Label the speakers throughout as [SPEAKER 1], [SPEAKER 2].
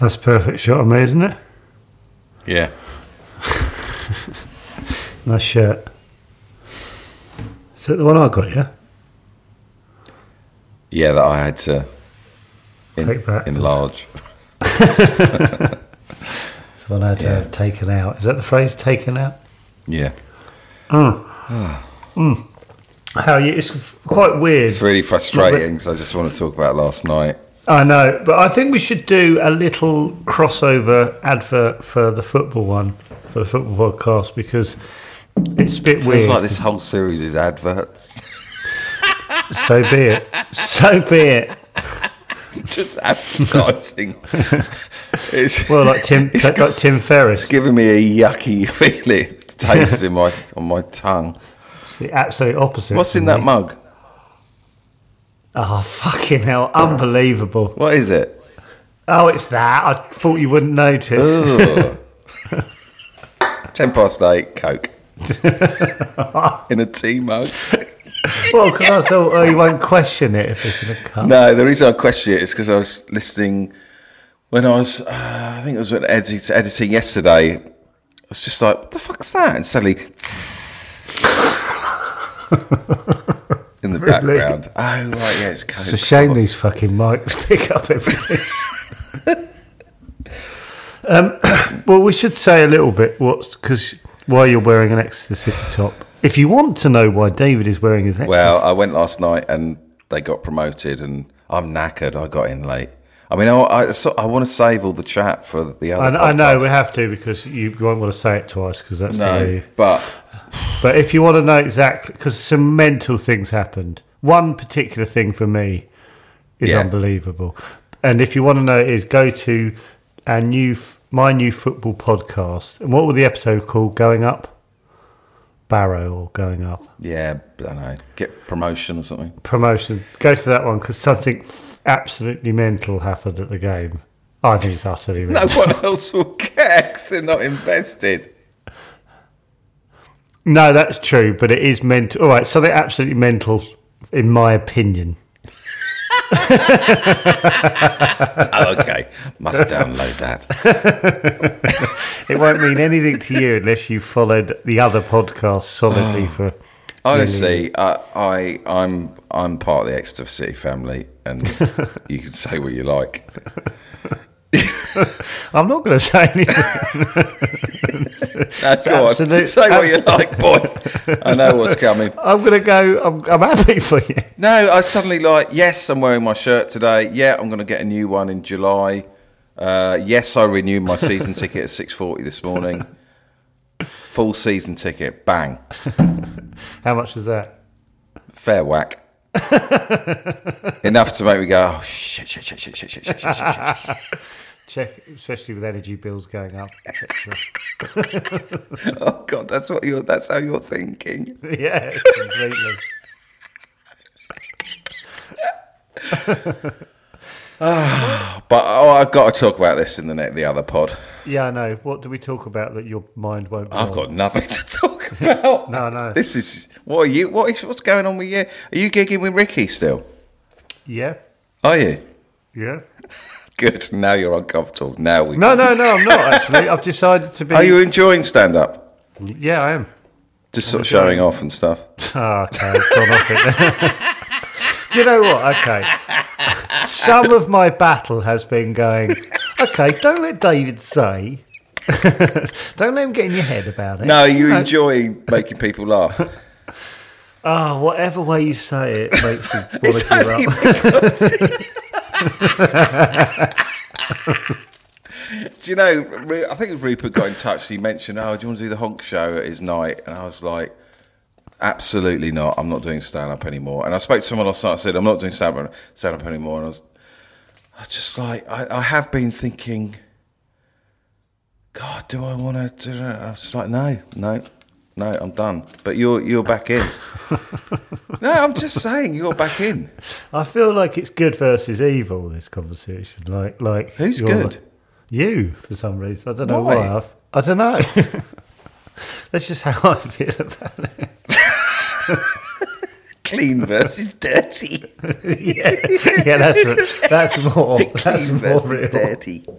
[SPEAKER 1] That's a perfect shot I made, isn't it?
[SPEAKER 2] Yeah.
[SPEAKER 1] Nice shirt. Is that the one I got, yeah?
[SPEAKER 2] Yeah, that I had to en-
[SPEAKER 1] Take back.
[SPEAKER 2] enlarge.
[SPEAKER 1] It's the one I had to have taken out. Is that the phrase, taken out?
[SPEAKER 2] Yeah.
[SPEAKER 1] How you, it's f- quite weird.
[SPEAKER 2] It's really frustrating because I just want to talk about last night.
[SPEAKER 1] I know, but I think we should do a little crossover advert for the football one, for the football podcast, because it's a bit
[SPEAKER 2] Feels
[SPEAKER 1] weird.
[SPEAKER 2] like this whole series is adverts.
[SPEAKER 1] So be it. So be it.
[SPEAKER 2] just advertising. it's,
[SPEAKER 1] Well, like Tim,
[SPEAKER 2] It's
[SPEAKER 1] like,
[SPEAKER 2] got-
[SPEAKER 1] Tim Ferriss,
[SPEAKER 2] it's giving me a yucky feeling taste in my on my tongue.
[SPEAKER 1] it's the absolute opposite.
[SPEAKER 2] What's
[SPEAKER 1] for
[SPEAKER 2] in that
[SPEAKER 1] me.
[SPEAKER 2] mug?
[SPEAKER 1] Oh, fucking hell! Unbelievable.
[SPEAKER 2] What is it?
[SPEAKER 1] Oh, it's that. I thought you wouldn't notice.
[SPEAKER 2] Ugh. Ten past eight, Coke. in a tea mug.
[SPEAKER 1] well, because I thought, oh, you won't question it if it's in a cup.
[SPEAKER 2] No, the reason I question it is because I was listening when I was, uh, I think it was when edit, editing yesterday. I was just like, "What the fuck's that?" And suddenly, in the background. Oh, right, yeah, it's Coke.
[SPEAKER 1] It's a shame these fucking mics pick up everything. um, well, we should say a little bit what's because why you're wearing an Exeter City top. If you want to know why David is wearing his Exeter,
[SPEAKER 2] Well, I went last night and they got promoted, and I'm knackered. I got in late. I mean, I, I, so, I want to save all the chat for the
[SPEAKER 1] I,
[SPEAKER 2] other.
[SPEAKER 1] I know
[SPEAKER 2] podcast.
[SPEAKER 1] we have to because you, you won't want to say it twice because that's the way
[SPEAKER 2] No,
[SPEAKER 1] you-
[SPEAKER 2] but
[SPEAKER 1] But if you want to know exactly, because some mental things happened. One particular thing for me is
[SPEAKER 2] Yeah.
[SPEAKER 1] unbelievable. And if you want to know, it is go to our new, f- my new football podcast. And what will the episode called? Going up, Barrow or going up
[SPEAKER 2] yeah, I don't know. Get promotion or something.
[SPEAKER 1] promotion? Go to that one because something absolutely mental happened at the game. I think it's utterly
[SPEAKER 2] No
[SPEAKER 1] ridiculous.
[SPEAKER 2] one else will care 'cause they're not invested.
[SPEAKER 1] No, that's true, but it is mental. All right, something absolutely mental, in my opinion.
[SPEAKER 2] Oh, okay, must download that.
[SPEAKER 1] It won't mean anything to you unless you followed the other podcast solidly
[SPEAKER 2] Oh.
[SPEAKER 1] for.
[SPEAKER 2] Honestly, I, I, I'm, I'm part of the Exeter City family, and you can say what you like.
[SPEAKER 1] I'm not going to say anything.
[SPEAKER 2] That's all. right.
[SPEAKER 1] Absolute-
[SPEAKER 2] Say what you like, boy. I know what's coming.
[SPEAKER 1] I'm going to go. I'm, I'm happy for you.
[SPEAKER 2] No, I suddenly like, yes, I'm wearing my shirt today. Yeah, I'm going to get a new one in July. Uh, yes, I renewed my season ticket at 6.40 this morning. Full season ticket, bang.
[SPEAKER 1] How much is that?
[SPEAKER 2] Fair whack. Enough to make me go, oh, shit, shit, shit, shit, shit, shit, shit, shit, shit, shit. shit."
[SPEAKER 1] Check, especially with energy bills going up. etc.
[SPEAKER 2] Oh, God, that's, what you're, that's how you're thinking.
[SPEAKER 1] yeah, completely.
[SPEAKER 2] But oh, I've got to talk about this in the, ne- the other pod.
[SPEAKER 1] Yeah, I know. What do we talk about that your mind won't? be
[SPEAKER 2] I've
[SPEAKER 1] on?
[SPEAKER 2] got nothing to talk about.
[SPEAKER 1] No, no.
[SPEAKER 2] This is, what are you, what is, what's going on with you? Are you gigging with Ricky still?
[SPEAKER 1] Yeah,
[SPEAKER 2] Are you?
[SPEAKER 1] yeah.
[SPEAKER 2] Good. Now you're uncomfortable. Now we.
[SPEAKER 1] No, no, no, I'm not actually. I've decided to be.
[SPEAKER 2] Are you enjoying stand up?
[SPEAKER 1] Yeah, I am.
[SPEAKER 2] Just sort of showing off and stuff.
[SPEAKER 1] Ah, okay, I've gone off it. Do you know what? Okay. Some of my battle has been going, okay, don't let David say. don't let him get in your head about it.
[SPEAKER 2] No, you enjoy making people laugh.
[SPEAKER 1] Oh, whatever way you say it makes me want
[SPEAKER 2] It's
[SPEAKER 1] to give
[SPEAKER 2] only
[SPEAKER 1] up.
[SPEAKER 2] because- do you know? Ru- I think Rupert got in touch. He mentioned, "Oh, do you want to do the honk show at his night?" And I was like, "Absolutely not. I'm not doing stand up anymore." And I spoke to someone last night. I said, "I'm not doing stand up stand up anymore." And I was, I was just like, I, I have been thinking, God, do I want to do that? I was like, no, no, no, I'm done. But you're you're back in. no, I'm just saying, you're back in.
[SPEAKER 1] I feel like it's good versus evil. This conversation, like, like
[SPEAKER 2] Who's
[SPEAKER 1] you're
[SPEAKER 2] good?
[SPEAKER 1] like- you for some reason. I don't know
[SPEAKER 2] Why?
[SPEAKER 1] why. I've, I don't know. That's just how I feel about it.
[SPEAKER 2] Clean versus dirty.
[SPEAKER 1] Yeah, that's r- that's more. That's
[SPEAKER 2] Clean
[SPEAKER 1] more real.
[SPEAKER 2] versus dirty.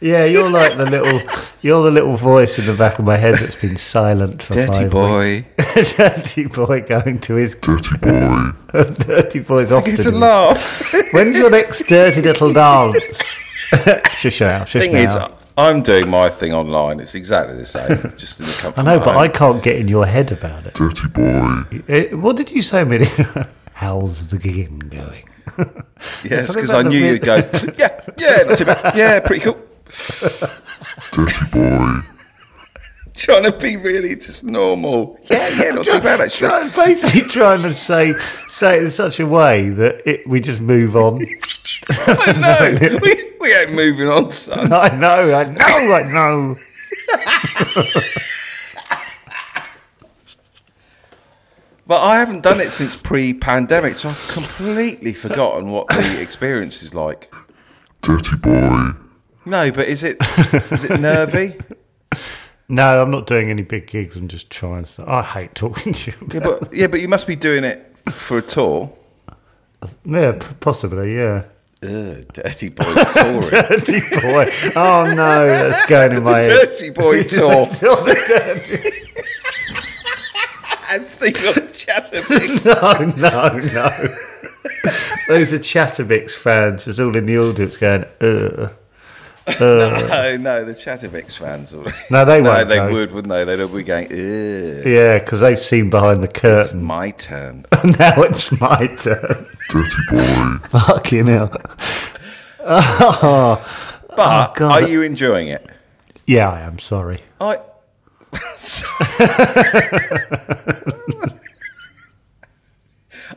[SPEAKER 1] Yeah, you're like the little, you're the little voice in the back of my head that's been silent for
[SPEAKER 2] Dirty
[SPEAKER 1] five
[SPEAKER 2] boy.
[SPEAKER 1] weeks. dirty boy going to his dirty boy. dirty boy's off.
[SPEAKER 2] It's
[SPEAKER 1] to
[SPEAKER 2] a
[SPEAKER 1] do-
[SPEAKER 2] laugh.
[SPEAKER 1] When's your next dirty little dance? shush now, shush
[SPEAKER 2] thing
[SPEAKER 1] now.
[SPEAKER 2] is, uh, I'm doing my thing online. It's exactly the same. Just in the comfort.
[SPEAKER 1] I know,
[SPEAKER 2] of
[SPEAKER 1] but
[SPEAKER 2] my
[SPEAKER 1] I
[SPEAKER 2] home.
[SPEAKER 1] can't get in your head about it. Dirty boy. what did you say, Minnie? How's the game going?
[SPEAKER 2] yes,
[SPEAKER 1] something
[SPEAKER 2] because I
[SPEAKER 1] about the
[SPEAKER 2] knew you'd
[SPEAKER 1] weird-
[SPEAKER 2] go. Yeah, yeah, not too bad. yeah, pretty cool.
[SPEAKER 3] Dirty boy.
[SPEAKER 2] Trying to be really just normal. Yeah, yeah, not too bad actually.
[SPEAKER 1] Try- basically trying to say say it in such a way that it, we just move on.
[SPEAKER 2] I know. we, we ain't moving on, son.
[SPEAKER 1] I know, I know, I know.
[SPEAKER 2] But I haven't done it since pre-pandemic, so I've completely forgotten what the experience is like.
[SPEAKER 3] Dirty boy.
[SPEAKER 2] No, but is it is it nervy?
[SPEAKER 1] No, I'm not doing any big gigs. I'm just trying stuff. I hate talking to you.
[SPEAKER 2] Yeah,
[SPEAKER 1] About,
[SPEAKER 2] but yeah, but you must be doing it for a tour.
[SPEAKER 1] yeah, p- possibly, yeah.
[SPEAKER 2] Ugh, dirty boy touring.
[SPEAKER 1] Dirty boy. Oh no, that's going in my head.
[SPEAKER 2] dirty boy tour.
[SPEAKER 1] You're the
[SPEAKER 2] and single Chatterbix.
[SPEAKER 1] dirty- no, no, no. Those are Chatterbix fans just all in the audience going, ugh.
[SPEAKER 2] no, no, the Chatterbix fans. All
[SPEAKER 1] No, they won't,
[SPEAKER 2] they
[SPEAKER 1] no.
[SPEAKER 2] would, wouldn't they? They'd all be going, Ugh,
[SPEAKER 1] Yeah, because they've seen behind the
[SPEAKER 2] it's
[SPEAKER 1] curtain.
[SPEAKER 2] my turn.
[SPEAKER 1] now it's my turn.
[SPEAKER 3] Dirty boy.
[SPEAKER 1] Fucking hell.
[SPEAKER 2] But
[SPEAKER 1] God.
[SPEAKER 2] are you enjoying it?
[SPEAKER 1] Yeah, I am sorry.
[SPEAKER 2] I.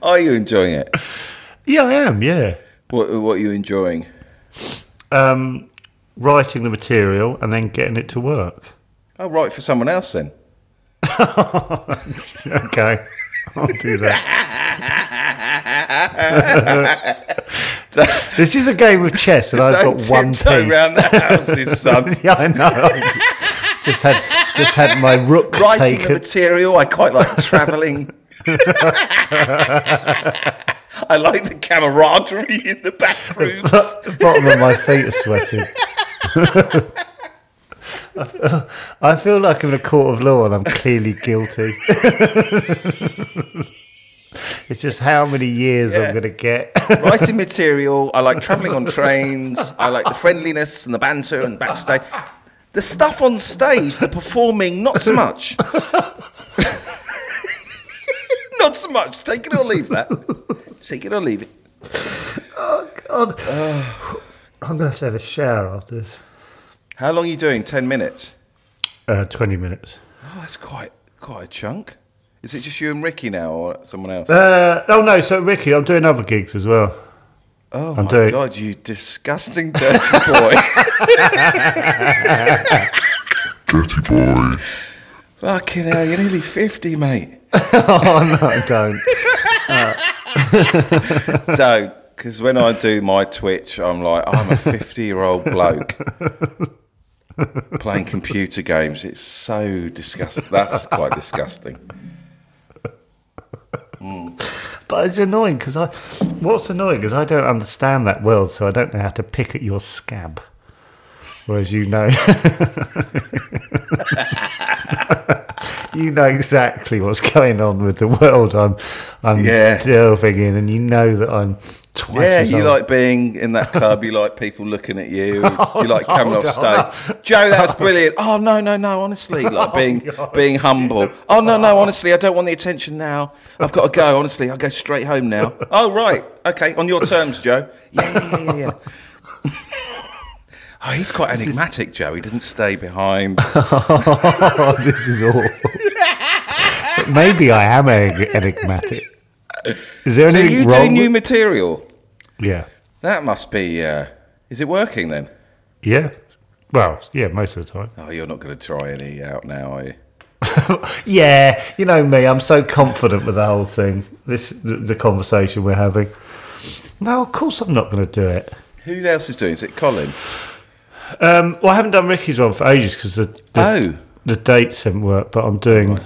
[SPEAKER 2] are you enjoying it?
[SPEAKER 1] Yeah, I am. Yeah,
[SPEAKER 2] What, what are you enjoying?
[SPEAKER 1] um, writing the material and then getting it to work.
[SPEAKER 2] I'll write for someone else then.
[SPEAKER 1] Okay, I'll do that. this is a game of chess, and I've
[SPEAKER 2] Don't
[SPEAKER 1] got one piece.
[SPEAKER 2] tiptoe round the houses, son.
[SPEAKER 1] yeah, I know. just had just had my rook
[SPEAKER 2] Writing the
[SPEAKER 1] taken.
[SPEAKER 2] material, I quite like travelling. I like the camaraderie in the back rooms.
[SPEAKER 1] the bottom of my feet are sweating. I feel- I feel like I'm in a court of law and I'm clearly guilty. it's just how many years I'm going to get.
[SPEAKER 2] Writing material, I like travelling on trains, I like the friendliness and the banter and backstage. The stuff on stage, the performing, not so much. not so much. Take it or leave that. Take it or leave it.
[SPEAKER 1] God. I'm going to have to have a shower after this.
[SPEAKER 2] How long are you doing? 10 minutes?
[SPEAKER 1] Uh, 20 minutes.
[SPEAKER 2] Oh, that's quite quite a chunk. Is it just you and Ricky now or someone else?
[SPEAKER 1] Uh, oh, no. So, Ricky, I'm doing other gigs as well.
[SPEAKER 2] Oh
[SPEAKER 1] I'm
[SPEAKER 2] my
[SPEAKER 1] doing-
[SPEAKER 2] god, you disgusting dirty boy.
[SPEAKER 3] Dirty boy.
[SPEAKER 2] Fucking hell, you're nearly 50, mate.
[SPEAKER 1] Oh, no, I don't.
[SPEAKER 2] Don't, because when I do my Twitch, I'm like, I'm a 50 year old bloke playing computer games. It's so disgusting. That's quite disgusting.
[SPEAKER 1] But it's annoying because I. What's annoying is I don't understand that world, so I don't know how to pick at your scab. Whereas you know. you know exactly what's going on with the world I'm, I'm
[SPEAKER 2] Yeah.
[SPEAKER 1] delving in, and you know that I'm twice
[SPEAKER 2] Yeah,
[SPEAKER 1] as
[SPEAKER 2] you
[SPEAKER 1] old.
[SPEAKER 2] like being in that club. You like people looking at you. You like coming
[SPEAKER 1] hold
[SPEAKER 2] off
[SPEAKER 1] on. Oh,
[SPEAKER 2] stage. Joe, that was brilliant. Oh no, no, no. Honestly, like being being humble. Oh no, no. Honestly, I don't want the attention now. I've got to go. Honestly, I'll go straight home now. Oh right, okay, on your terms, Joe. Yeah, yeah, yeah, yeah. yeah. oh, he's quite enigmatic, Joe. He doesn't stay behind.
[SPEAKER 1] Oh, this is awful. Maybe I am en- enigmatic. Is there
[SPEAKER 2] So
[SPEAKER 1] anything
[SPEAKER 2] you
[SPEAKER 1] wrong?
[SPEAKER 2] do new
[SPEAKER 1] with-
[SPEAKER 2] material.
[SPEAKER 1] yeah,
[SPEAKER 2] That must be. Uh, is it working then?
[SPEAKER 1] yeah. Well, yeah, most of the time.
[SPEAKER 2] Oh, you're not going to try any out now, are you?
[SPEAKER 1] Yeah, you know me. I'm so confident with the whole thing. This the, the conversation we're having. No, of course I'm not going to do it.
[SPEAKER 2] Who else is doing? Is it Colin?
[SPEAKER 1] Um, well, I haven't done Ricky's one for ages because the, the
[SPEAKER 2] Oh.
[SPEAKER 1] the dates haven't worked. But I'm doing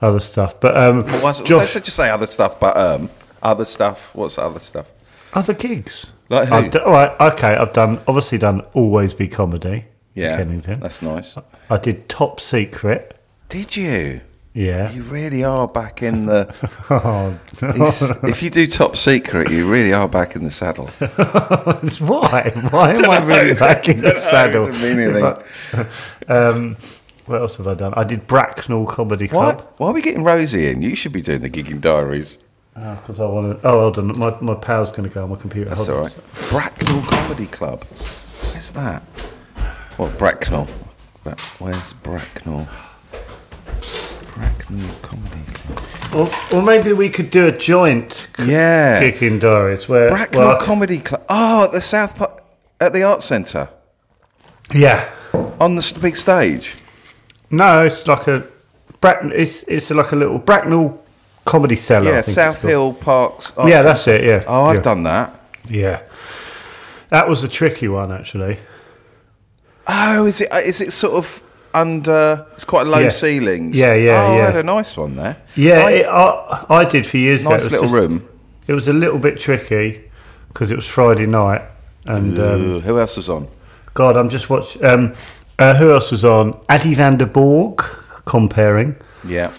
[SPEAKER 1] other stuff. But um,
[SPEAKER 2] What's,
[SPEAKER 1] Josh,
[SPEAKER 2] Let's just say other stuff, but um, other stuff. What's other stuff?
[SPEAKER 1] other gigs.
[SPEAKER 2] Like who?
[SPEAKER 1] I've do- all right, okay. I've done obviously done always be comedy. in
[SPEAKER 2] yeah,
[SPEAKER 1] Kennington. Uh,
[SPEAKER 2] that's nice.
[SPEAKER 1] I did Top Secret.
[SPEAKER 2] Did you?
[SPEAKER 1] Yeah.
[SPEAKER 2] You really are back in the.
[SPEAKER 1] Oh,
[SPEAKER 2] it's- if you do top secret, you really are back in the saddle.
[SPEAKER 1] that's why. Why am I really back in the saddle?
[SPEAKER 2] doesn't mean anything.
[SPEAKER 1] If I- um, what else have I done? I did Bracknell Comedy
[SPEAKER 2] Why?
[SPEAKER 1] Club
[SPEAKER 2] Why are we getting Rosie in? You should be doing the gigging diaries.
[SPEAKER 1] because I want to. Oh, hold on, my my power's going to go on my computer.
[SPEAKER 2] That's
[SPEAKER 1] hold
[SPEAKER 2] all
[SPEAKER 1] on.
[SPEAKER 2] right. Bracknell Comedy Club. Where's that? Well, Bracknell. That, where's Bracknell? Bracknell Comedy Club.
[SPEAKER 1] Or, or maybe we could do a joint
[SPEAKER 2] Yeah.
[SPEAKER 1] kicking diaries where
[SPEAKER 2] Bracknell
[SPEAKER 1] well,
[SPEAKER 2] Comedy Club. Oh, at the South Park, at the Arts Centre,
[SPEAKER 1] Yeah.
[SPEAKER 2] on the s- big stage.
[SPEAKER 1] No, it's like a Bracknell. It's it's like a little Bracknell comedy cellar. I
[SPEAKER 2] yeah,
[SPEAKER 1] think it's
[SPEAKER 2] South
[SPEAKER 1] called.
[SPEAKER 2] Hill Parks. Arts
[SPEAKER 1] Yeah, that's
[SPEAKER 2] Centre.
[SPEAKER 1] it. Yeah.
[SPEAKER 2] Oh, I've
[SPEAKER 1] yeah.
[SPEAKER 2] done that.
[SPEAKER 1] Yeah. That was a tricky one, actually.
[SPEAKER 2] Oh, is it? uh, Is it sort of under? It's quite low
[SPEAKER 1] Yeah.
[SPEAKER 2] ceilings.
[SPEAKER 1] Yeah, yeah,
[SPEAKER 2] oh, I
[SPEAKER 1] yeah.
[SPEAKER 2] had a nice one there.
[SPEAKER 1] Yeah,
[SPEAKER 2] I-
[SPEAKER 1] I, it, I, I did for years ago.
[SPEAKER 2] nice
[SPEAKER 1] It was
[SPEAKER 2] little
[SPEAKER 1] just-
[SPEAKER 2] room.
[SPEAKER 1] It was a little bit tricky because it was Friday night. And um,
[SPEAKER 2] Ooh, who else was on?
[SPEAKER 1] God, I'm just watching. Um, uh, who else was on? Addy van der Borg comparing.
[SPEAKER 2] Yeah,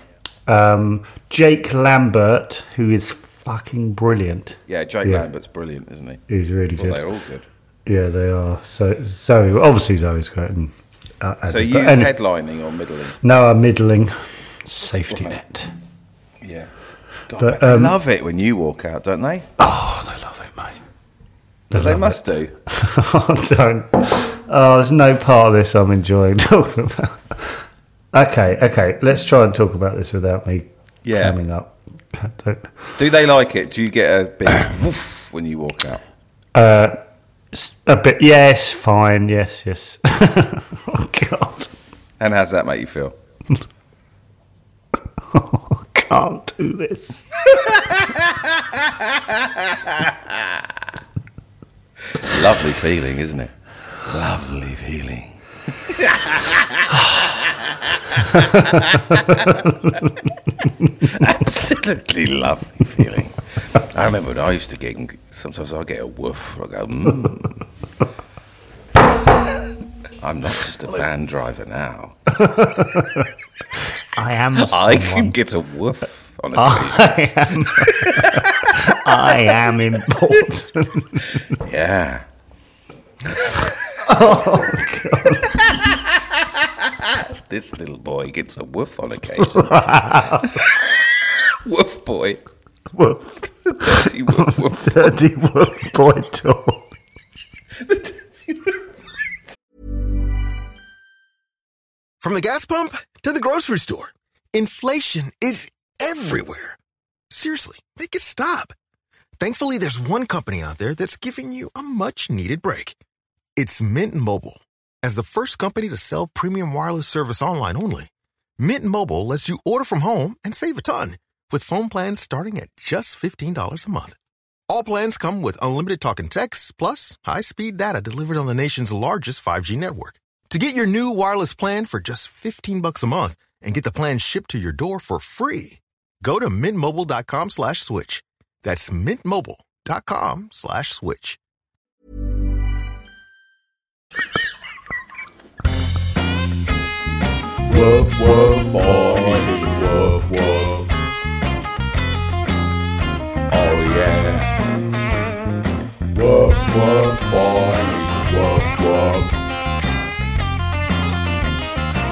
[SPEAKER 1] Um, Jake Lambert, who is fucking brilliant.
[SPEAKER 2] yeah. Jake
[SPEAKER 1] Yeah.
[SPEAKER 2] Lambert's brilliant, isn't he?
[SPEAKER 1] He's really
[SPEAKER 2] Well,
[SPEAKER 1] good.
[SPEAKER 2] they're all good.
[SPEAKER 1] Yeah, they are. So Zoe, obviously Zoe's great. And, uh,
[SPEAKER 2] So
[SPEAKER 1] Addy,
[SPEAKER 2] you
[SPEAKER 1] but any-
[SPEAKER 2] headlining or middling?
[SPEAKER 1] no, I'm middling. Safety net.
[SPEAKER 2] Yeah. God,
[SPEAKER 1] But,
[SPEAKER 2] but they
[SPEAKER 1] um,
[SPEAKER 2] love it when you walk out, don't they?
[SPEAKER 1] Oh, they love it, mate.
[SPEAKER 2] they
[SPEAKER 1] love
[SPEAKER 2] must do.
[SPEAKER 1] I don't. Oh, there's no part of this I'm enjoying talking about. Okay, okay. Let's try and talk about this without me
[SPEAKER 2] Yeah.
[SPEAKER 1] coming up. I don't-
[SPEAKER 2] Do they like it? Do you get a big woof when you walk out?
[SPEAKER 1] A bit. Yes, fine. Yes, yes. oh God,
[SPEAKER 2] And how's that make you feel?
[SPEAKER 1] I can't do this.
[SPEAKER 2] Lovely feeling, isn't it? Lovely feeling. Absolutely lovely feeling. I remember when I used to get, sometimes I get a woof. I go, mm. I'm not just a van driver now.
[SPEAKER 1] I am.
[SPEAKER 2] I
[SPEAKER 1] Someone.
[SPEAKER 2] can Ah. get a woof on a occasion.
[SPEAKER 1] I am important.
[SPEAKER 2] Yeah. Oh, this little boy gets a woof on occasion. woof boy.
[SPEAKER 1] Woof.
[SPEAKER 2] Dirty woof woof.
[SPEAKER 1] Dirty woof boy talk.
[SPEAKER 4] From the gas pump to the grocery store, inflation is everywhere. Seriously, make it stop. Thankfully, there's one company out there that's giving you a much needed break. It's Mint Mobile. As the first company to sell premium wireless service online only, Mint Mobile lets you order from home and save a ton with phone plans starting at just $15 a month. All plans come with unlimited talk and text, plus high-speed data delivered on the nation's largest 5G network. To get your new wireless plan for just 15 bucks a month and get the plan shipped to your door for free, go to mintmobile.com slash switch. That's mintmobile.com slash switch.
[SPEAKER 2] Woof, woof, boys, woof, woof. Oh, yeah. Woof, woof, boys, woof, woof.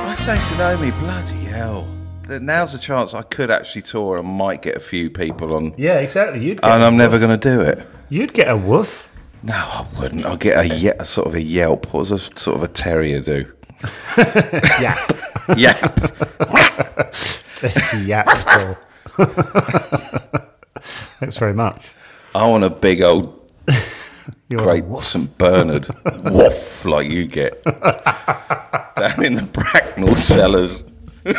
[SPEAKER 2] I say to Naomi, bloody hell. that Now's a chance I could actually tour and might get a few people on.
[SPEAKER 1] Yeah, exactly. You'd get
[SPEAKER 2] And
[SPEAKER 1] a
[SPEAKER 2] I'm never
[SPEAKER 1] woof.
[SPEAKER 2] going to do it.
[SPEAKER 1] You'd get a woof.
[SPEAKER 2] No, I wouldn't. I'll get a, ye- a sort of a yelp. What does a sort of a terrier do?
[SPEAKER 1] Yap.
[SPEAKER 2] Yap.
[SPEAKER 1] Dirty yap. Paul. Thanks very much.
[SPEAKER 2] I want a big old
[SPEAKER 1] You're
[SPEAKER 2] great St Bernard woof like you get down in the Bracknell cellars. woof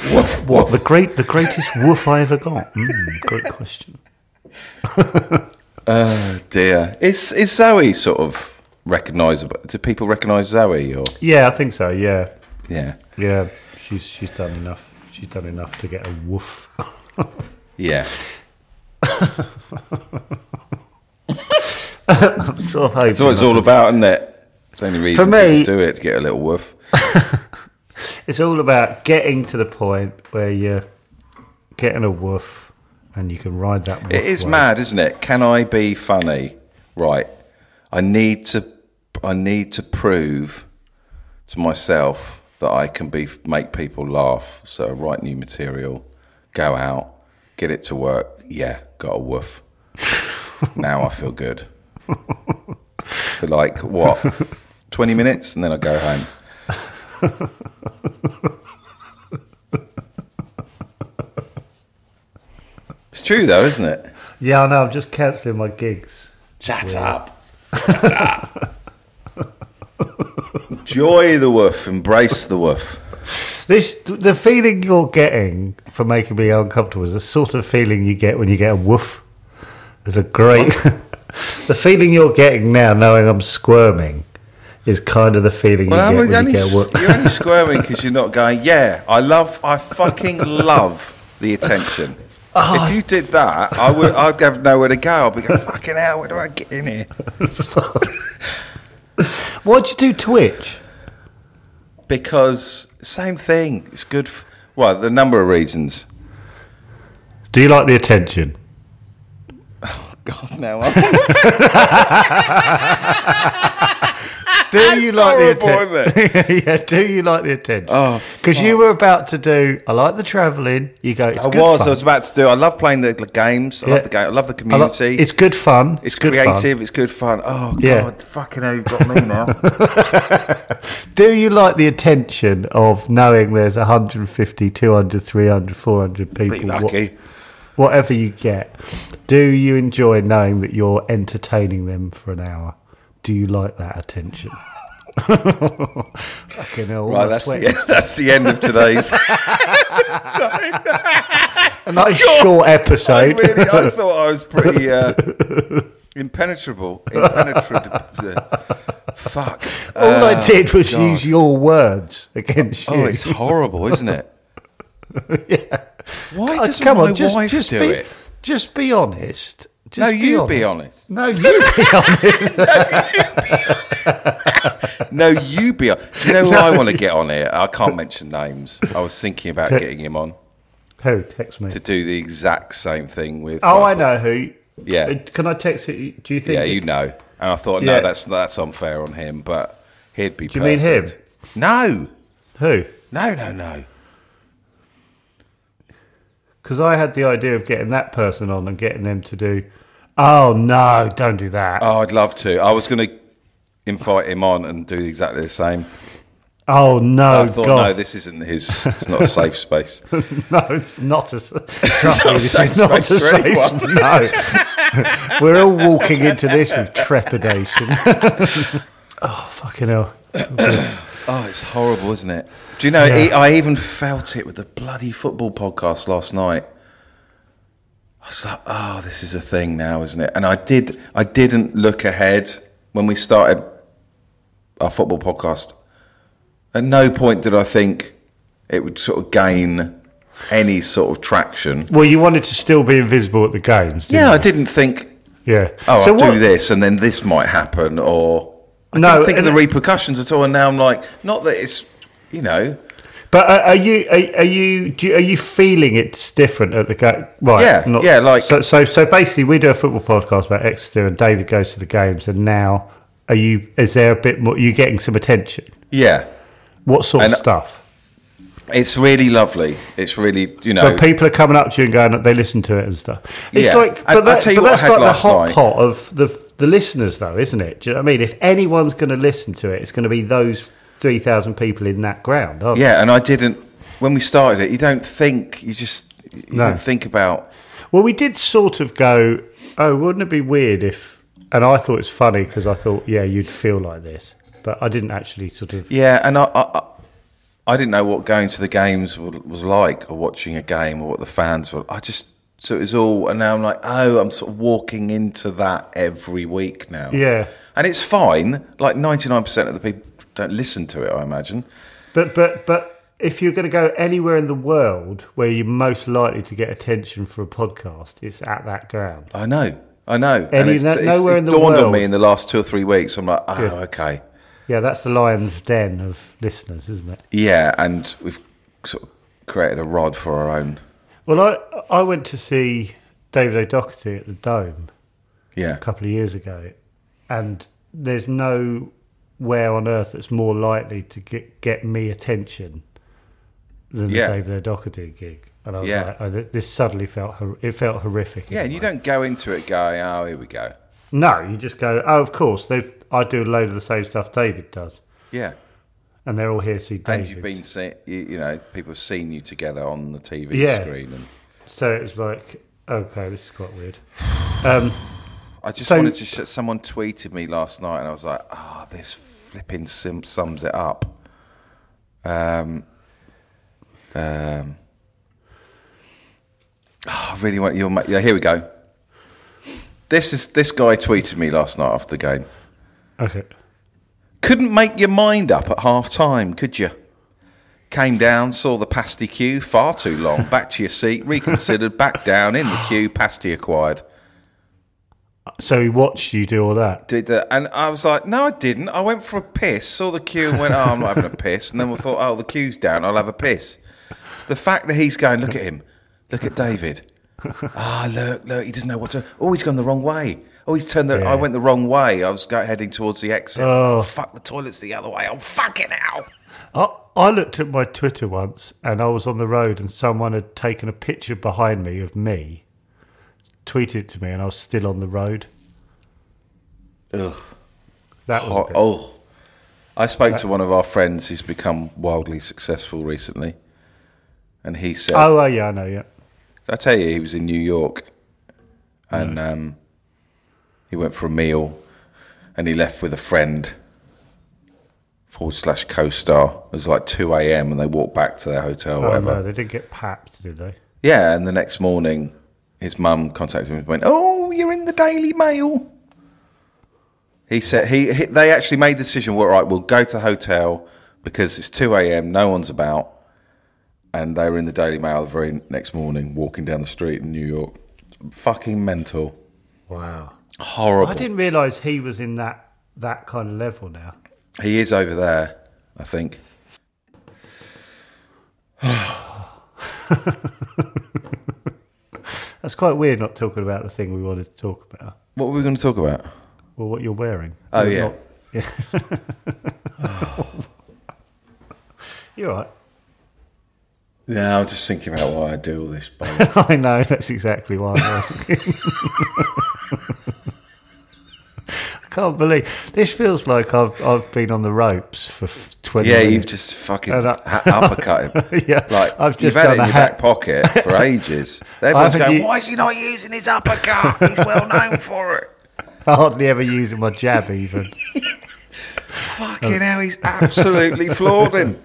[SPEAKER 1] The
[SPEAKER 2] woof.
[SPEAKER 1] great, the greatest woof I ever got. Mm, great question.
[SPEAKER 2] Dear, is is Zoe sort of recognisable? Do people recognise Zoe or
[SPEAKER 1] Yeah, I think so. Yeah,
[SPEAKER 2] yeah,
[SPEAKER 1] yeah. She's she's done enough. She's done enough to get a woof.
[SPEAKER 2] yeah?
[SPEAKER 1] sort of hoping
[SPEAKER 2] That's what it's
[SPEAKER 1] I-
[SPEAKER 2] all about, isn't it? It's the only reason
[SPEAKER 1] For me-
[SPEAKER 2] people do it to get a little woof.
[SPEAKER 1] It's all about getting to the point where you're getting a woof, and you can ride that. Woof
[SPEAKER 2] It is
[SPEAKER 1] wave.
[SPEAKER 2] mad, isn't it? Can I be funny? Right. I need to. I need to prove to myself that I can be make people laugh. So I write new material, go out, get it to work. Yeah, got a woof. now I feel good. For like what, twenty minutes, and then I go home. It's true though, isn't it?
[SPEAKER 1] Yeah, I know. I'm just cancelling my gigs.
[SPEAKER 2] Shut up. Enjoy the woof. Embrace the woof.
[SPEAKER 1] This the feeling you're getting for making me uncomfortable is the sort of feeling you get when you get a woof. There's a great the feeling you're getting now, knowing I'm squirming, is kind of the feeling
[SPEAKER 2] Well,
[SPEAKER 1] you
[SPEAKER 2] I'm
[SPEAKER 1] get when
[SPEAKER 2] only,
[SPEAKER 1] you get a woof.
[SPEAKER 2] you're only squirming because you're not going, yeah, I love, I fucking love the attention.
[SPEAKER 1] Oh,
[SPEAKER 2] if you did that, I would, I'd have nowhere to go. I'd be going, fucking hell, where do I get in here?
[SPEAKER 1] Why'd you do Twitch?
[SPEAKER 2] Because same thing. It's good. F- well, the number of reasons.
[SPEAKER 1] Do you like the attention?
[SPEAKER 2] God, now I'm
[SPEAKER 1] Do you like the
[SPEAKER 2] horrible,
[SPEAKER 1] attention? yeah, do you like the attention?
[SPEAKER 2] Oh,
[SPEAKER 1] because you were about to do. I like the travelling. You go. It's
[SPEAKER 2] I
[SPEAKER 1] good
[SPEAKER 2] was.
[SPEAKER 1] Fun.
[SPEAKER 2] I was about to do. I love playing the games. I
[SPEAKER 1] Yeah.
[SPEAKER 2] love the game. I love the
[SPEAKER 1] I like-
[SPEAKER 2] community.
[SPEAKER 1] it's good fun. It's,
[SPEAKER 2] It's,
[SPEAKER 1] good
[SPEAKER 2] creative.
[SPEAKER 1] fun.
[SPEAKER 2] It's good fun. Oh
[SPEAKER 1] Yeah.
[SPEAKER 2] God, fucking hell, you've got me now.
[SPEAKER 1] Do you like the attention of knowing there's 150, 200, 300, 400 people?
[SPEAKER 2] Be lucky.
[SPEAKER 1] wha- whatever you get. Do you enjoy knowing that you're entertaining them for an hour? Do you like that attention? Fucking hell. all
[SPEAKER 2] Right,
[SPEAKER 1] the
[SPEAKER 2] that's
[SPEAKER 1] sweat.
[SPEAKER 2] the, end, that's the end of today's.
[SPEAKER 1] A nice short episode.
[SPEAKER 2] really, I thought I was pretty uh, impenetrable. Impenetrable. Fuck.
[SPEAKER 1] all I
[SPEAKER 2] Uh,
[SPEAKER 1] did was
[SPEAKER 2] God.
[SPEAKER 1] use your words against you.
[SPEAKER 2] Oh, it's horrible, isn't it? yeah. Why
[SPEAKER 1] Uh,
[SPEAKER 2] doesn't my wife do
[SPEAKER 1] be,
[SPEAKER 2] it?
[SPEAKER 1] Just be honest. Just
[SPEAKER 2] No,
[SPEAKER 1] be
[SPEAKER 2] you
[SPEAKER 1] honest.
[SPEAKER 2] be honest.
[SPEAKER 1] No, you be
[SPEAKER 2] No, you be. Do you know who I want to get on here? I can't mention names. I was thinking about
[SPEAKER 1] Te-
[SPEAKER 2] getting him on
[SPEAKER 1] Who? Text me.
[SPEAKER 2] to do the exact same thing with.
[SPEAKER 1] Oh, I know who.
[SPEAKER 2] Yeah.
[SPEAKER 1] Uh, Can I text you? Do you think?
[SPEAKER 2] Yeah, you know. And I thought,
[SPEAKER 1] Yeah.
[SPEAKER 2] no, that's that's unfair on him, but he'd be.
[SPEAKER 1] Do you mean him?
[SPEAKER 2] perfect. No,
[SPEAKER 1] Who?
[SPEAKER 2] no, no, no.
[SPEAKER 1] Because I had the idea of getting that person on and getting them to do. Oh no! Don't do that.
[SPEAKER 2] Oh, I'd love to. I was going to invite him on and do exactly the same.
[SPEAKER 1] oh no!
[SPEAKER 2] I thought, no,
[SPEAKER 1] God,
[SPEAKER 2] this isn't his. It's not a safe space.
[SPEAKER 1] no, it's not a. Trust
[SPEAKER 2] not
[SPEAKER 1] me,
[SPEAKER 2] a
[SPEAKER 1] this
[SPEAKER 2] safe
[SPEAKER 1] is not a
[SPEAKER 2] space for
[SPEAKER 1] safe.
[SPEAKER 2] anyone.
[SPEAKER 1] No, we're all walking into this with trepidation. oh fucking hell!
[SPEAKER 2] Oh, it's horrible, isn't it? Do you know?
[SPEAKER 1] Yeah.
[SPEAKER 2] e- I even felt it with the bloody football podcast last night. I was like, "Oh, this is a thing now, isn't it?" And I did. I didn't look ahead when we started our football podcast. At no point did I think it would sort of gain any sort of traction.
[SPEAKER 1] Well, you wanted to still be invisible at the games, didn't
[SPEAKER 2] Yeah, I
[SPEAKER 1] you?
[SPEAKER 2] didn't think,
[SPEAKER 1] Yeah.
[SPEAKER 2] oh, I'll
[SPEAKER 1] what,
[SPEAKER 2] do this and then this might happen, or I
[SPEAKER 1] No,
[SPEAKER 2] didn't think of
[SPEAKER 1] and-
[SPEAKER 2] the repercussions at all. And now I'm like, not that it's, you know,
[SPEAKER 1] But are, are you are, are you, do you are you feeling it's different at the game? Right.
[SPEAKER 2] Yeah, yeah, like-
[SPEAKER 1] so, so. So basically, we do a football podcast about Exeter, and David goes to the games, and now are you? Is there a bit more? Are you getting some attention?
[SPEAKER 2] yeah,
[SPEAKER 1] What sort
[SPEAKER 2] And- uh,
[SPEAKER 1] of stuff?
[SPEAKER 2] it's really lovely. It's really, you know,
[SPEAKER 1] But people are coming up to you and going, they listen to it and stuff. It's
[SPEAKER 2] Yeah.
[SPEAKER 1] like,
[SPEAKER 2] I-
[SPEAKER 1] but,
[SPEAKER 2] I'll
[SPEAKER 1] that,
[SPEAKER 2] tell you
[SPEAKER 1] but
[SPEAKER 2] what I
[SPEAKER 1] that's
[SPEAKER 2] had
[SPEAKER 1] like the
[SPEAKER 2] last
[SPEAKER 1] hot
[SPEAKER 2] night.
[SPEAKER 1] pot of the the listeners, though, isn't it? Do you know what I mean? If anyone's going to listen to it, it's going to be those three thousand people in that ground, aren't
[SPEAKER 2] yeah. And I didn't when we started it. You don't think. You just you
[SPEAKER 1] No.
[SPEAKER 2] don't think about.
[SPEAKER 1] Well, we did sort of go, oh, wouldn't it be weird if. And I thought it's funny because I thought, yeah, you'd feel like this. But I didn't actually sort of.
[SPEAKER 2] Yeah, and I, I, I- I didn't know what going to the games wa- was like, or watching a game, or what the fans were. I just so it was all, and now I'm like, oh, I'm sort of walking into that every week now.
[SPEAKER 1] Yeah.
[SPEAKER 2] and it's fine. Like 99 percent of the people don't listen to it. I imagine.
[SPEAKER 1] But, but, but if you're going to go anywhere in the world where you're most likely to get attention for a podcast, it's at that ground.
[SPEAKER 2] I know. I know.
[SPEAKER 1] And you
[SPEAKER 2] it's,
[SPEAKER 1] know- nowhere in the
[SPEAKER 2] dawned on
[SPEAKER 1] world-
[SPEAKER 2] me in the last two or three weeks. I'm like, oh,
[SPEAKER 1] Yeah.
[SPEAKER 2] okay.
[SPEAKER 1] Yeah, that's the lion's den of listeners, isn't it?
[SPEAKER 2] Yeah, and we've sort of created a rod for our own.
[SPEAKER 1] Well, I, I went to see David O'Doherty at the Dome
[SPEAKER 2] Yeah.
[SPEAKER 1] a couple of years ago, and there's nowhere on earth that's more likely to get, get me attention than
[SPEAKER 2] Yeah.
[SPEAKER 1] the David O'Doherty gig. And I was
[SPEAKER 2] Yeah.
[SPEAKER 1] like, oh, th- this suddenly felt hor- it felt horrific. in
[SPEAKER 2] Yeah,
[SPEAKER 1] a
[SPEAKER 2] and you
[SPEAKER 1] way.
[SPEAKER 2] don't go into it going, oh, here we go.
[SPEAKER 1] No, you just go, oh, of course, they. I do a load of the same stuff David does,
[SPEAKER 2] Yeah.
[SPEAKER 1] and they're all here to see
[SPEAKER 2] And
[SPEAKER 1] David.
[SPEAKER 2] you've been seen, you, you know, people have seen you together on the TV
[SPEAKER 1] Yeah.
[SPEAKER 2] screen. And
[SPEAKER 1] So it was like, okay, this is quite weird.
[SPEAKER 2] I just
[SPEAKER 1] So-
[SPEAKER 2] wanted to, sh- someone tweeted me last night and I was like, ah, this flipping sim sums it up. Um, um, Ah, I really want your, ma- yeah, here we go. This is, this guy tweeted me last night after the game.
[SPEAKER 1] Okay.
[SPEAKER 2] Couldn't make your mind up at half time, could you? Came down, saw the pasty queue, far too long, back to your seat, reconsidered, back down, in the queue, pasty acquired.
[SPEAKER 1] So he watched you do all that.
[SPEAKER 2] Did that, and I was like, no, I didn't. I went for a piss, saw the queue, and went, oh, I'm not having a piss. And then we thought, oh, the queue's down, I'll have a piss. The fact that he's going, look at him, look at David. Ah, look, look, he doesn't know what to. Oh, he's gone the wrong way. Oh, he's turned the. I went the wrong way. I was go, heading towards the exit. Oh, fuck, the toilet's the other way. Oh, fucking hell.
[SPEAKER 1] I, I looked at my Twitter once and I was on the road and someone had taken a picture behind me of me, tweeted it to me, and I was still on the road.
[SPEAKER 2] Ugh.
[SPEAKER 1] That was. a bit-
[SPEAKER 2] Oh, oh. I spoke to one of our friends who's become wildly successful recently, and he said,
[SPEAKER 1] Oh, oh, yeah, I know, yeah.
[SPEAKER 2] "I tell you, he was in New York, and um, he went for a meal, and he left with a friend." Forward slash co-star. It was like two a.m. and they walked back to their hotel, or
[SPEAKER 1] Oh,
[SPEAKER 2] whatever.
[SPEAKER 1] no, they didn't get papped, did they?
[SPEAKER 2] Yeah, and the next morning, his mum contacted him and went, "Oh, you're in the Daily Mail." He said he, he they actually made the decision. Well, right, we'll go to the hotel because it's two a.m. No one's about, and they were in the Daily Mail the very next morning, walking down the street in New York. Fucking mental,
[SPEAKER 1] Wow. I
[SPEAKER 2] horrible.
[SPEAKER 1] didn't realise he was in that that kind of level now.
[SPEAKER 2] He is over there, I think.
[SPEAKER 1] That's quite weird not talking about the thing we wanted to talk about.
[SPEAKER 2] What were we going to talk about?
[SPEAKER 1] Well, what you're wearing.
[SPEAKER 2] Oh,
[SPEAKER 1] You're
[SPEAKER 2] yeah.
[SPEAKER 1] not- you're all right.
[SPEAKER 2] Yeah, I was just thinking about why I do all this. bollocks.
[SPEAKER 1] I know, that's exactly why I'm asking. I can't believe this feels like I've I've been on the ropes for f- twenty.
[SPEAKER 2] Yeah,
[SPEAKER 1] minutes.
[SPEAKER 2] you've just fucking
[SPEAKER 1] And I-
[SPEAKER 2] ha- uppercut him.
[SPEAKER 1] Yeah,
[SPEAKER 2] like
[SPEAKER 1] I've just
[SPEAKER 2] you've had
[SPEAKER 1] done
[SPEAKER 2] it in
[SPEAKER 1] a
[SPEAKER 2] your
[SPEAKER 1] hat-
[SPEAKER 2] back pocket for ages. Everyone's
[SPEAKER 1] haven't
[SPEAKER 2] going,
[SPEAKER 1] u-
[SPEAKER 2] "Why is he not using his uppercut? He's well known for it."
[SPEAKER 1] I hardly ever using my jab even.
[SPEAKER 2] Fucking hell, he's absolutely floored him.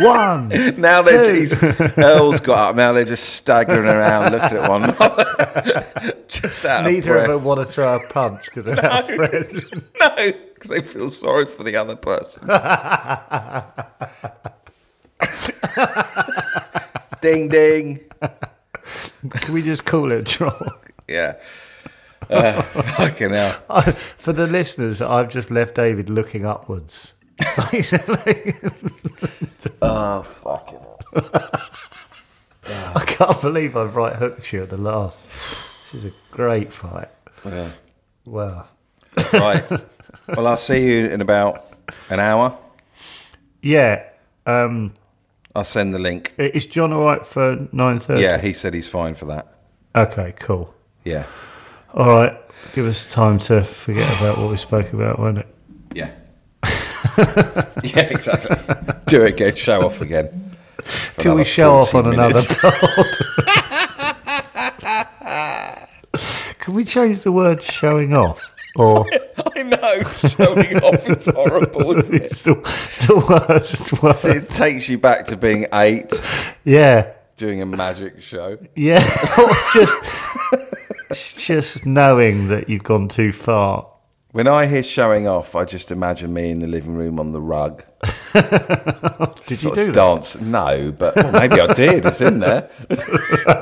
[SPEAKER 1] One.
[SPEAKER 2] Now they're
[SPEAKER 1] Two.
[SPEAKER 2] he's, Earl's got up. Now they're just staggering around, looking at one another, just out
[SPEAKER 1] Neither of
[SPEAKER 2] of
[SPEAKER 1] them want to throw a punch because they're out of breath.
[SPEAKER 2] breath. No, because they feel sorry for the other person. Ding ding.
[SPEAKER 1] Can we just call it a draw?
[SPEAKER 2] Yeah. Uh, fucking hell.
[SPEAKER 1] For the listeners, I've just left David looking upwards.
[SPEAKER 2] Oh, fucking hell.
[SPEAKER 1] I can't believe I've right hooked you at the last. This is a great fight.
[SPEAKER 2] Yeah.
[SPEAKER 1] Wow.
[SPEAKER 2] Right. Well, I'll see you in about an hour.
[SPEAKER 1] Yeah. Um,
[SPEAKER 2] I'll send the link.
[SPEAKER 1] i- is John all right for nine thirty?
[SPEAKER 2] Yeah, he said he's fine for that.
[SPEAKER 1] Okay. Cool.
[SPEAKER 2] Yeah.
[SPEAKER 1] All right. Give us time to forget about what we spoke about, won't it?
[SPEAKER 2] Yeah. yeah, exactly. Do it again. Show off again. For
[SPEAKER 1] Till we
[SPEAKER 2] another
[SPEAKER 1] show off on
[SPEAKER 2] 40 minutes.
[SPEAKER 1] another pod. Can we change the word "showing off" or?
[SPEAKER 2] I know. Showing off is horrible, isn't it?
[SPEAKER 1] It's the, it's the worst word.
[SPEAKER 2] It takes you back to being eight,
[SPEAKER 1] Yeah,
[SPEAKER 2] doing a magic show.
[SPEAKER 1] yeah. it's just, it's just knowing that you've gone too far.
[SPEAKER 2] When I hear showing off, I just imagine me in the living room on the rug.
[SPEAKER 1] Did you
[SPEAKER 2] sort
[SPEAKER 1] do
[SPEAKER 2] of dance. No, but well, maybe I did. It's in there.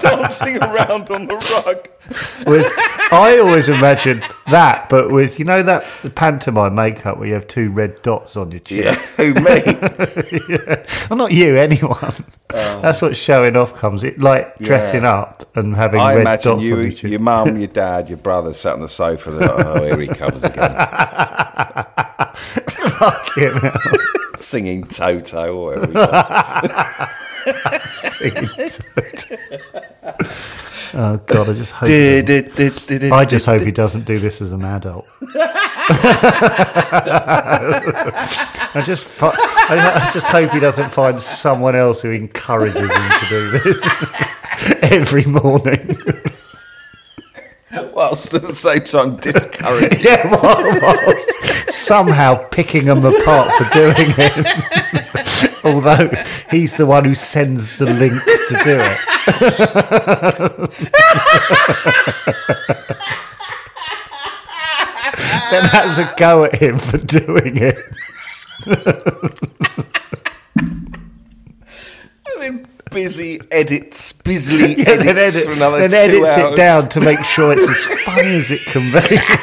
[SPEAKER 2] Dancing around on the rug.
[SPEAKER 1] that? With, I always imagine that, but with you know that the pantomime makeup where you have two red dots on your chin.
[SPEAKER 2] Yeah, who me?
[SPEAKER 1] Well, not you, anyone.
[SPEAKER 2] Oh.
[SPEAKER 1] That's what showing off comes. It like dressing up and having
[SPEAKER 2] I
[SPEAKER 1] red dots
[SPEAKER 2] imagine
[SPEAKER 1] on
[SPEAKER 2] you,
[SPEAKER 1] your chin.
[SPEAKER 2] your mum, your dad, your brother sat on the sofa. they're Like, oh, here he comes again,
[SPEAKER 1] Fucking hell.
[SPEAKER 2] singing Toto or whatever. he does.
[SPEAKER 1] oh god, I just hope.
[SPEAKER 2] Du- du- du- du- du-
[SPEAKER 1] I just hope he doesn't do this as an adult. I just, fi- I I just hope he doesn't find someone else who encourages him to do this every morning.
[SPEAKER 2] Whilst at the same time discouraging.
[SPEAKER 1] yeah, while, whilst somehow picking them apart for doing it. Although he's the one who sends the link to do it. then has a go at him for doing it.
[SPEAKER 2] And then busy edits, busily edits
[SPEAKER 1] then edit-
[SPEAKER 2] for another
[SPEAKER 1] then
[SPEAKER 2] two
[SPEAKER 1] edits
[SPEAKER 2] hours.
[SPEAKER 1] it down to make sure it's as funny as it can be.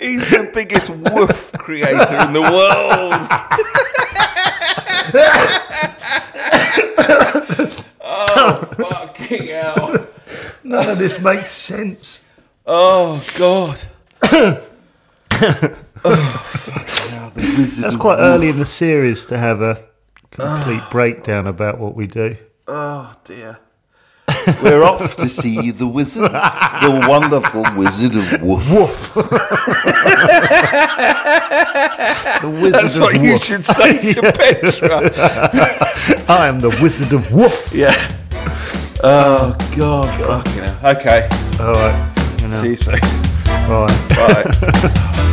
[SPEAKER 2] He's the biggest woof creator in the world. oh, fucking hell.
[SPEAKER 1] None of this makes sense.
[SPEAKER 2] Oh, God. oh, fucking hell. The wizard.
[SPEAKER 1] That's quite early in the series to have a complete breakdown about what we do.
[SPEAKER 2] Oh, dear. We're off to see the wizard, the wonderful wizard of woof.
[SPEAKER 1] Woof. the Wizard
[SPEAKER 2] That's
[SPEAKER 1] of
[SPEAKER 2] what you
[SPEAKER 1] Woof.
[SPEAKER 2] should say to Petra.
[SPEAKER 1] I am the Wizard of Woof.
[SPEAKER 2] Yeah. Oh, God. Fucking hell. Okay.
[SPEAKER 1] All right. You know,
[SPEAKER 2] See you soon.
[SPEAKER 1] right.
[SPEAKER 2] Bye.